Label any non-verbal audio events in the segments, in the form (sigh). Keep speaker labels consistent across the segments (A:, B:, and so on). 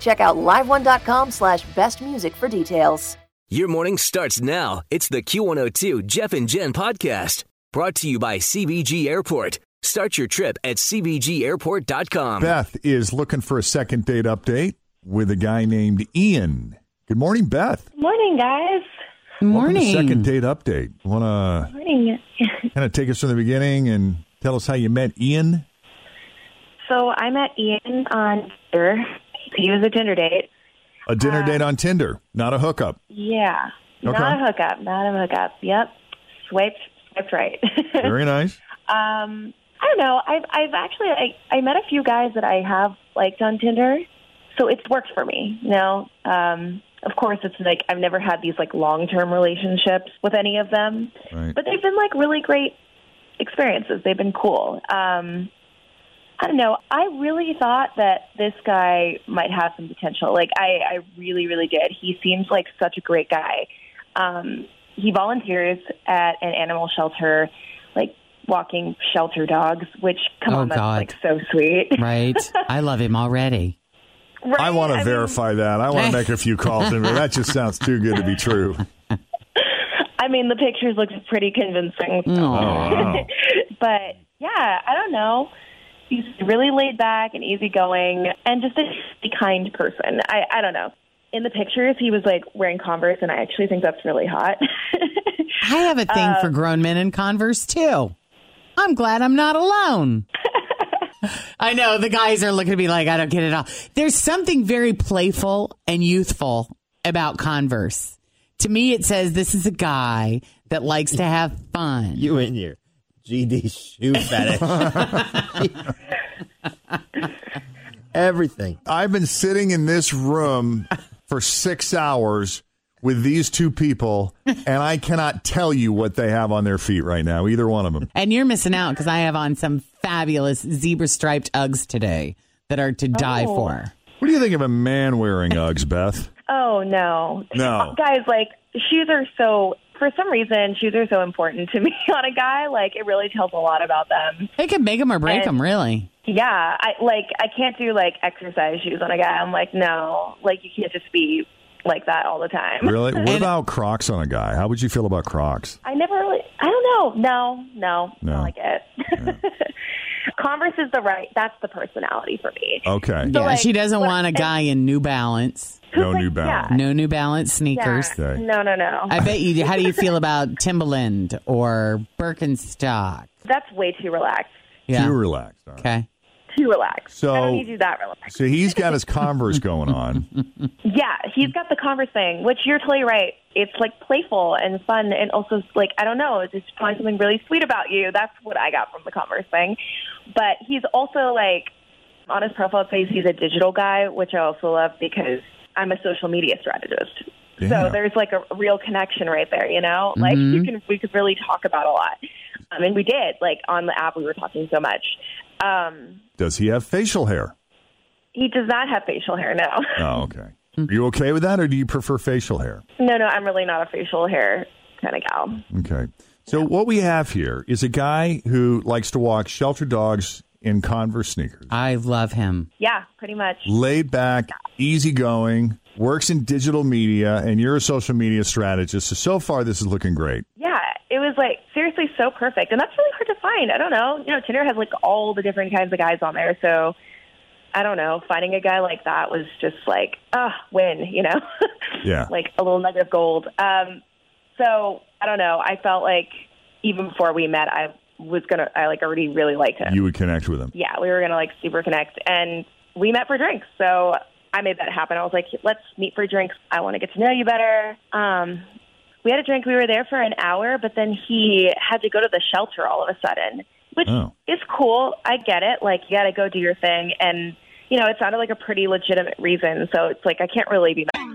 A: Check out liveone.com slash best music for details.
B: Your morning starts now. It's the Q102 Jeff and Jen podcast brought to you by CBG Airport. Start your trip at CBGAirport.com.
C: Beth is looking for a second date update with a guy named Ian. Good morning, Beth.
D: Morning, guys.
C: Welcome to
E: Morning.
C: second date update. Want
D: Morning.
C: to kind of take us from the beginning and tell us how you met Ian?
D: so I met Ian on Tinder. He was a Tinder date.
C: A dinner date on Tinder, not a hookup.
D: Yeah.
C: Okay.
D: Not a hookup. Not a hookup. Yep. Swiped. Swiped right.
C: Very nice.
D: (laughs) um, I don't know. I've I've actually I, I met a few guys that I have liked on Tinder, so it's worked for me. You know. Um, of course, it's like I've never had these like long term relationships with any of them. (laughs)
C: Right.
D: but they've been like really great experiences. They've been cool. Um, I don't know. I really thought that this guy might have some potential. Like I, I really, really did. He seems like such a great guy. Um, he volunteers at an animal shelter, like walking shelter dogs, which come
E: Oh,
D: on, that's
E: God.
D: like so sweet.
E: Right. I love him already.
D: Right?
C: I want to
D: mean,
C: verify that. I want to make a few calls, and that just sounds too good to be true.
D: I mean, the pictures look pretty convincing.
C: (laughs) Oh,
E: No.
C: wow.
D: (laughs) but yeah, I don't know. He's really laid back and easygoing and just a really kind person. I, I don't know. In the pictures, he was like wearing Converse, and I actually think that's really hot. (laughs)
E: I have a thing
D: Uh,
E: for grown men in Converse too. I'm glad I'm not
D: (laughs)
E: alone. I know the guys are looking at me like I don't get it all. There's something very playful and youthful about Converse. To me, it says this is a guy that likes to have fun.
F: You in your GD shoe fetish. Everything.
C: I've been sitting in this room for six hours with these two people, and I cannot tell you what they have on their feet right now, either one of them.
E: and you're missing out because I have on some fabulous zebra striped Uggs today that are to die
D: Oh.
E: for.
C: What do you think of a man wearing Uggs,
E: (laughs)
C: Beth?
D: oh, no.
C: No.
D: Guys, like, shoes are so, for some reason, shoes are so important to me (laughs) on a guy. Like, it really tells a lot about them.
E: It could make them or break
D: And-
E: them, really.
D: Yeah, I like I can't do like exercise shoes on a guy. I'm like, no, like you can't just be like that all the time.
C: Really? What about Crocs on a guy? How would you feel about Crocs?
D: I never really. I don't know. No, no,
C: No.
D: I don't like it. (laughs) Converse is the right. That's the personality for me.
C: Okay.
E: Yeah,
D: like,
E: she doesn't
D: what-
E: want a guy in New Balance.
D: Who's
C: No
D: like-
C: New Balance.
E: No New Balance
D: Yeah,
E: sneakers.
D: yeah.
C: Okay.
D: No, no, no.
E: I bet you. How do you feel about Timberland or Birkenstock?
D: that's way too relaxed.
C: Too
E: Yeah.
C: relaxed. All right.
E: Okay.
D: Too relaxed.
C: So-
D: I don't need you that relaxed.
C: So he's got his Converse going
E: (laughs)
C: on.
D: Yeah, he's got the Converse thing, which you're totally right. It's like playful and fun, and also like I don't know, it's just find something really sweet about you. That's what I got from the Converse thing. But he's also like on his profile page, he's a digital guy, which I also love because I'm a social media strategist.
C: Yeah.
D: So there's like a real connection right there, you know. Like you can we could really talk about a lot, um, and we did. Like on the app, we were talking so much. Um,
C: Does he have facial hair?
D: he does not have facial hair now. (laughs)
C: Oh, okay.
E: Mm-hmm.
C: Are you okay with that, or do you prefer facial hair?
D: No, no, I'm really not a facial hair kind of gal.
C: Okay. So what we have here is a guy who likes to walk shelter dogs in Converse sneakers.
E: I love him.
D: Yeah, pretty much.
C: Laid back, easygoing, works in digital media, and you're a social media strategist. So so far this is looking great.
D: Yeah, it was like seriously so perfect, and that's really hard to find. I don't know. You know, Tinder has like all the different kinds of guys on there, so I don't know. Finding a guy like that was just like, ah, win. You know, (laughs)
C: Yeah.
D: like a little nugget of gold. Um, so I don't know. I felt like even before we met, I was gonna, I like already really liked him.
C: You would connect with him.
D: yeah, we were gonna like super connect, and we met for drinks. So I made that happen. I was like, let's meet for drinks. I want to get to know you better. Um, we had a drink. We were there for an hour, but then he had to go to the shelter all of a sudden, which
C: Oh.
D: is cool. I get it. Like you got to go do your thing, and you know it sounded like a pretty legitimate reason. So it's like I can't really be. mad.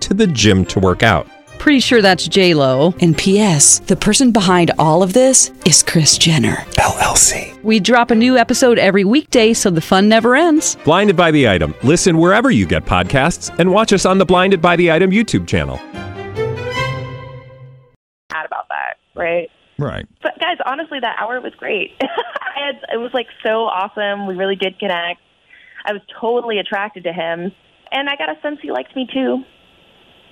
G: to the gym to work out.
H: Pretty sure that's J Lo.
I: And P.S. The person behind all of this is Chris Jenner.
G: LLC.
H: We drop a new episode every weekday, so the fun never ends.
G: Blinded by the item. Listen wherever you get podcasts, and watch us on the Blinded by the Item YouTube channel.
D: mad about that, right?
C: Right.
D: But guys, honestly, that hour was great. (laughs) I had, it was like so awesome. We really did connect. I was totally attracted to him, and I got a sense he liked me too.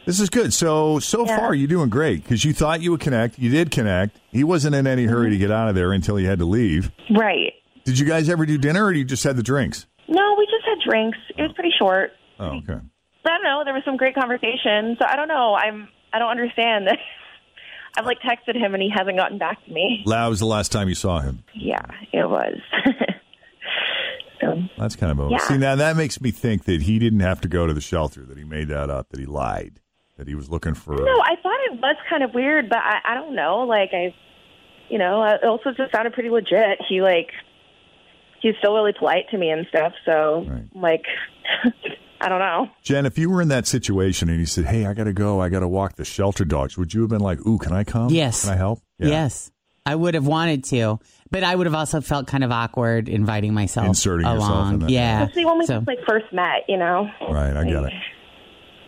C: This is good. So so far you're doing great because you thought you would connect. You did connect. He wasn't in any hurry
D: Mm-hmm.
C: to get out of there until he had to leave.
D: Right?
C: Did you guys ever do dinner, or you just had the drinks?
D: No, we just had drinks. It was pretty short.
C: Oh,
D: Mm-hmm.
C: okay.
D: But I don't know. There was some great conversation. So I don't know. I'm. I don't understand. (laughs) I've like texted him and he hasn't gotten back to me.
C: That was the last time you saw him.
D: Yeah, it was. (laughs) so,
C: That's kind of a
D: Yeah.
C: see. Now that makes me think that he didn't have to go to the shelter. That he made that up. That he lied. That he was looking for.
D: no, I thought it was kind of weird, but I, I don't know. Like I, you know, it also just sounded pretty legit. He like, he's still really polite to me and stuff. So
C: Right.
D: like, (laughs) I don't know.
C: Jen, if you were in that situation and you said, "Hey, I got to go. I got to walk the shelter dogs," would you have been like, "Ooh, can I come?
E: Yes.
C: Can I help?
E: Yes. I would have wanted to, but I would have also felt kind of awkward inviting myself
C: Inserting
E: along.
C: yourself in that.
E: Yeah.
D: See, when we
E: So-
J: (laughs)
D: just like first met, you know.
C: Ah, Right. I got it.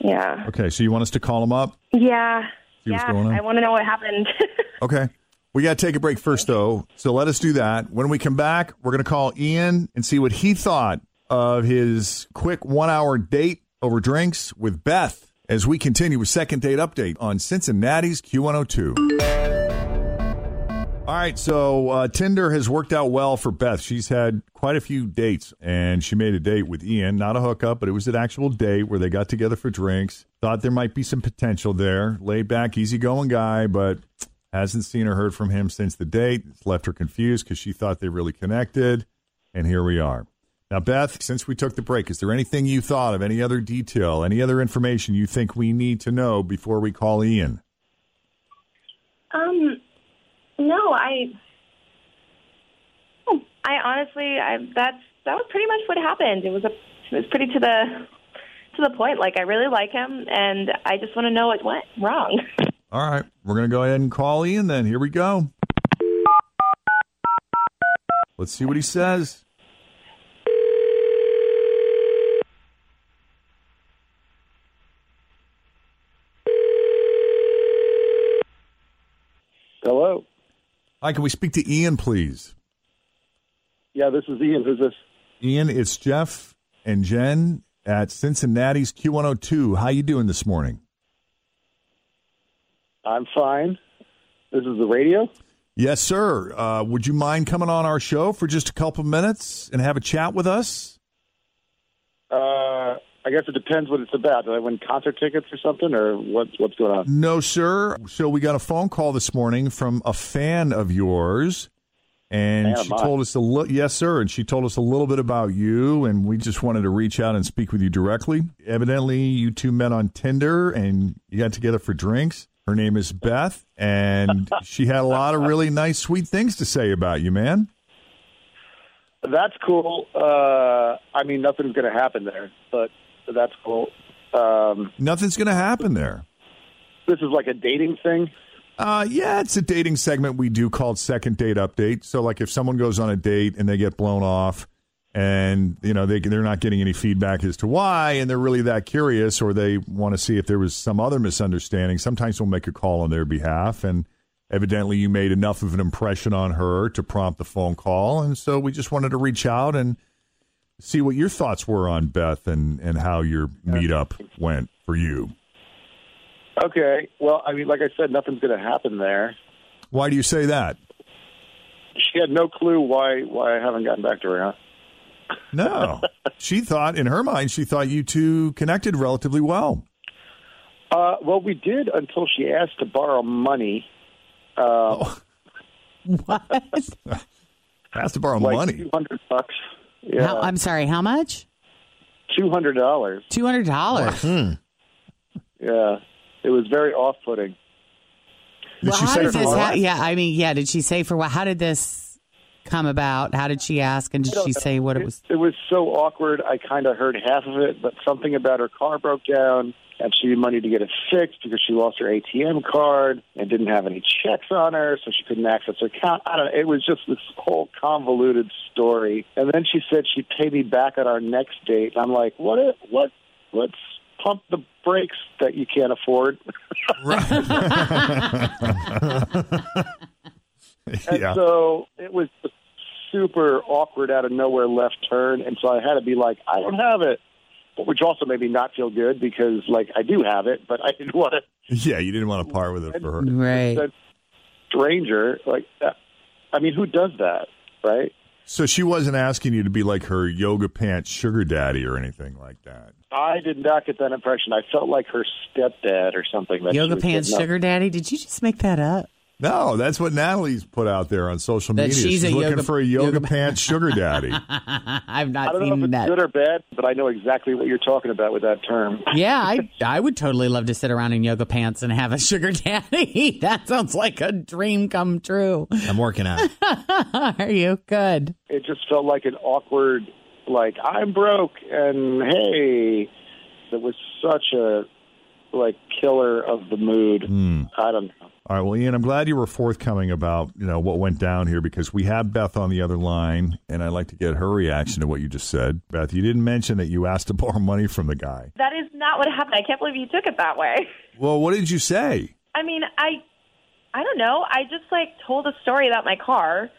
D: Yeah.
C: Okay. So you want us to call him up?
D: Yeah.
C: See what's
D: yeah.
C: going on?
D: I want to know what happened. (laughs)
C: Okay. We got to take a break first, though. So let us do that. When we come back, we're going to call Ian and see what he thought of his quick one hour date over drinks with Beth as we continue with Second Date Update on Cincinnati's Q102. All right. So uh, Tinder has worked out well for Beth. She's had quite a few dates, and she made a date with Ian, not a hookup, but it was an actual date where they got together for drinks. Thought there might be some potential there. Laid back, easygoing guy, but hasn't seen or heard from him since the date. It's left her confused because she thought they really connected. And here we are. Now, Beth, since we took the break, is there anything you thought of, any other detail, any other information you think we need to know before we call Ian?
D: um, no, I, I honestly, I that's that was pretty much what happened. It was a, it was pretty to the, to the point. Like I really like him, and I just want to know what went wrong. (laughs)
C: All right, we're going to go ahead and call Ian then. Here we go. Let's see what he says.
J: Hello.
C: Hi, can we speak to Ian, please?
J: Yeah, this is Ian. Who's this?
C: Ian, it's Jeff and Jen at Cincinnati's Q102. How you doing this morning?
J: I'm fine. This is the radio.
C: Yes, sir. Uh, would you mind coming on our show for just a couple minutes and have a chat with us?
J: Uh, I guess it depends what it's about. Did I win concert tickets or something, or what's what's going on?
C: No, sir. So we got a phone call this morning from a fan of yours, and
J: Fan of
C: she
J: mine.
C: told us a little. Yes, sir. And she told us a little bit about you, and we just wanted to reach out and speak with you directly. Evidently, you two met on Tinder, and you got together for drinks. Her name is Beth, and she had a lot of really nice, sweet things to say about you, man.
J: That's cool. Uh, I mean, nothing's going to happen there, but that's cool. Um,
C: Nothing's going to happen there.
J: this is like a dating thing.
C: Uh, yeah, it's a dating segment we do called Second Date Update. So, like, if someone goes on a date and they get blown off, and you know they they're not getting any feedback as to why, and they're really that curious, or they want to see if there was some other misunderstanding. Sometimes we'll make a call on their behalf, and evidently you made enough of an impression on her to prompt the phone call, and so we just wanted to reach out and see what your thoughts were on Beth and and how your meetup went for you.
J: Okay. Well, I mean, like I said, nothing's going to happen there.
C: Why do you say that?
J: She had no clue why why I haven't gotten back to her. Huh?
C: No. she thought, in her mind, she thought you two connected relatively well.
J: Uh, well, we did until she asked to borrow money. Uh,
E: What?
C: Has to borrow
J: like
C: money.
J: Two hundred bucks. Yeah,
E: How, I'm sorry. How much?
J: two hundred dollars.
E: Two hundred dollars.
J: Yeah, it was very off-putting.
E: Well,
J: she
E: how
J: say
E: did
J: for
E: this?
J: what?
E: Ha- yeah, I mean, yeah. Did she say for what? How did this come about? How did she ask? And did
J: I don't
E: she
J: know.
E: say what it was?
J: It was so awkward. I kind of heard half of it, but something about her car broke down, and she needed money to get it fixed because she lost her ATM card and didn't have any checks on her, so she couldn't access her account. I don't. know. It was just this whole convoluted story. And then she said she'd pay me back at our next date. And I'm like, what? i- What? Let's pump the brakes that you can't afford. And
C: yeah.
J: so it was a super awkward out of nowhere left turn. And so I had to be like, I don't have it, but which also made me not feel good because like I do have it, but I didn't (laughs) want to
C: yeah, you didn't want to par with it for her.
E: Right.
J: that stranger like that. I mean, who does that? Right.
C: So she wasn't asking you to be like her yoga pants sugar daddy or anything like that.
J: I did not get that impression. I felt like her stepdad or something. That she
E: Yoga
J: was
E: pants,
J: getting up-
E: sugar daddy. Did you just make that up?
C: No, that's what Natalie's put out there on social
E: That
C: media.
E: she's a
C: looking
E: yoga-
C: for a yoga,
E: yoga- (laughs)
C: pants sugar daddy.
E: I've
J: I
E: not
J: don't know if
E: seen
J: it's
E: that.
J: good or bad, but I know exactly what you're talking about with that term.
E: Yeah,
J: (laughs)
E: I I would totally love to sit around in yoga pants and have a (laughs) sugar daddy. (laughs) that sounds like a dream come true.
F: I'm working on it.
E: Are you good?
J: it just felt like an awkward like i'm broke and hey that was such a like killer of the mood i don't know
C: All right, well, Ian, I'm glad you were forthcoming about you know what went down here because we have Beth on the other line, and I'd like to get her reaction to what you just said. Beth, you didn't mention that you asked to borrow money from the guy.
D: That is not what happened. I can't believe you took it that way. (laughs)
C: Well, what did you say?
D: I mean, I I don't know. I just like told a story about my car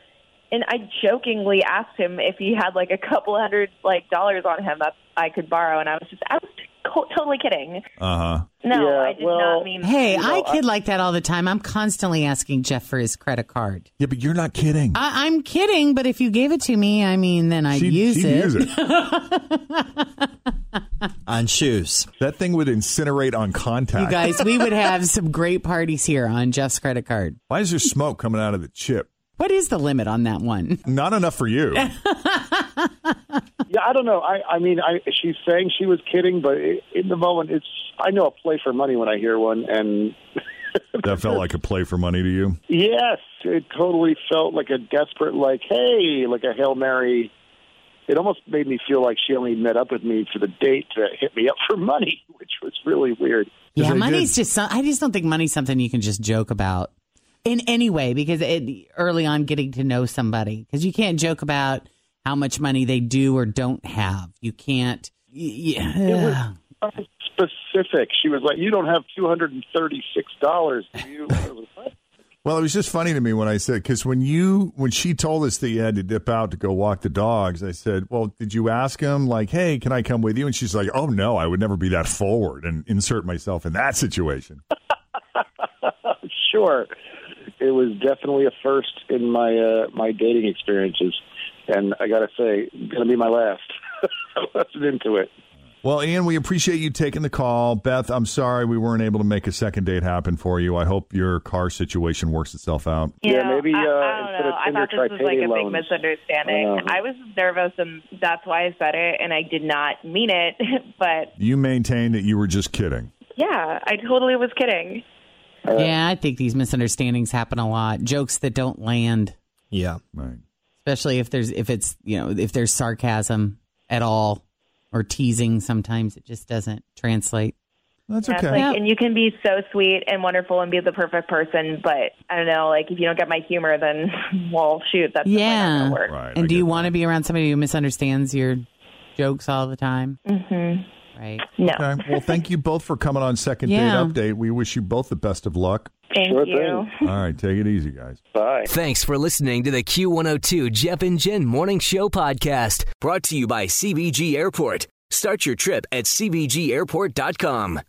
D: and I jokingly asked him if he had like a couple hundred like dollars on him that I could borrow and I was just I was co- totally kidding.
C: Uh huh.
D: No,
J: Yeah,
D: I did
J: well-
D: not mean
E: Hey,
J: You know,
E: I kid like that all the time. I'm constantly asking Jeff for his credit card.
C: Yeah, but you're not kidding.
E: I, I'm kidding, but if you gave it to me, I mean, then I'd
C: She'd-
E: use
C: she'd
E: it.
C: use it.
E: (laughs)
F: on shoes.
C: That thing would incinerate on contact.
E: You guys, we
C: (laughs)
E: would have some great parties here on Jeff's credit card.
C: Why is there smoke coming out of the chip?
E: What is the limit on that one?
C: Not enough for you.
J: yeah i don't know i i mean i she's saying she was kidding but i in the moment it's i know a play for money when i hear one and
C: that felt like a play for money to you.
J: yes it totally felt like a desperate like hey like a hail mary it almost made me feel like she only met up with me for the date to hit me up for money which was really weird
E: Yeah,
C: they
E: money's
C: did-
E: just. Some, I just don't think money's something you can just joke about in any way because it, early on getting to know somebody because you can't joke about how much money they do or don't have. You can't. y- Yeah.
J: specific. She was like, "You don't have two hundred and thirty-six dollars, do you?" I was like, "What?"
C: Well, it was just funny to me when I said because when you when she told us that you had to dip out to go walk the dogs, I said, "Well, did you ask him like, hey, can I come with you?" And she's like, "Oh no, I would never be that forward and insert myself in that situation."
J: sure, it was definitely a first in my uh, my dating experiences, and I gotta say, gonna be my last. I wasn't into it.
C: Well, Ian, we appreciate you taking the call. Beth, I'm sorry we weren't able to make a second date happen for you. I hope your car situation works itself out.
D: You
J: Yeah,
D: know,
J: maybe,
D: I, I
J: uh,
D: don't
J: instead
D: know.
J: of
D: I
J: Tinder,
D: thought
J: try
D: this was
J: payday
D: like a
J: loans.
D: big misunderstanding.
J: I know.
D: I was nervous, and that's why I said it, and I did not mean it. (laughs) but
C: You maintain that you were just kidding.
D: yeah, I totally was kidding.
C: Uh,
E: yeah, I think these misunderstandings happen a lot. Jokes that don't land,
F: Yeah.
C: Right.
E: especially if there's if it's you know if there's sarcasm at all or teasing. Sometimes it just doesn't translate.
C: That's
D: That's
C: okay.
D: like, and you can be so sweet and wonderful and be the perfect person, but I don't know. Like, if you don't get my humor, then (laughs) well, shoot, that's definitely not
E: Yeah.
D: gonna work.
C: Right. I
E: and do
C: get
E: you
C: that.
E: want to be around somebody who misunderstands your jokes all the time? Mm-hmm. Right.
D: No,
C: Okay. Well, thank you both for coming on Second
E: Yeah.
C: Date Update. We wish you both the best of luck.
D: thank
J: Sure
D: you.
J: thing.
C: All right, take it easy, guys.
J: Bye.
B: Thanks for listening to the Q102 Jeff and Jen Morning Show podcast brought to you by CBG Airport. Start your trip at CBGAirport.com.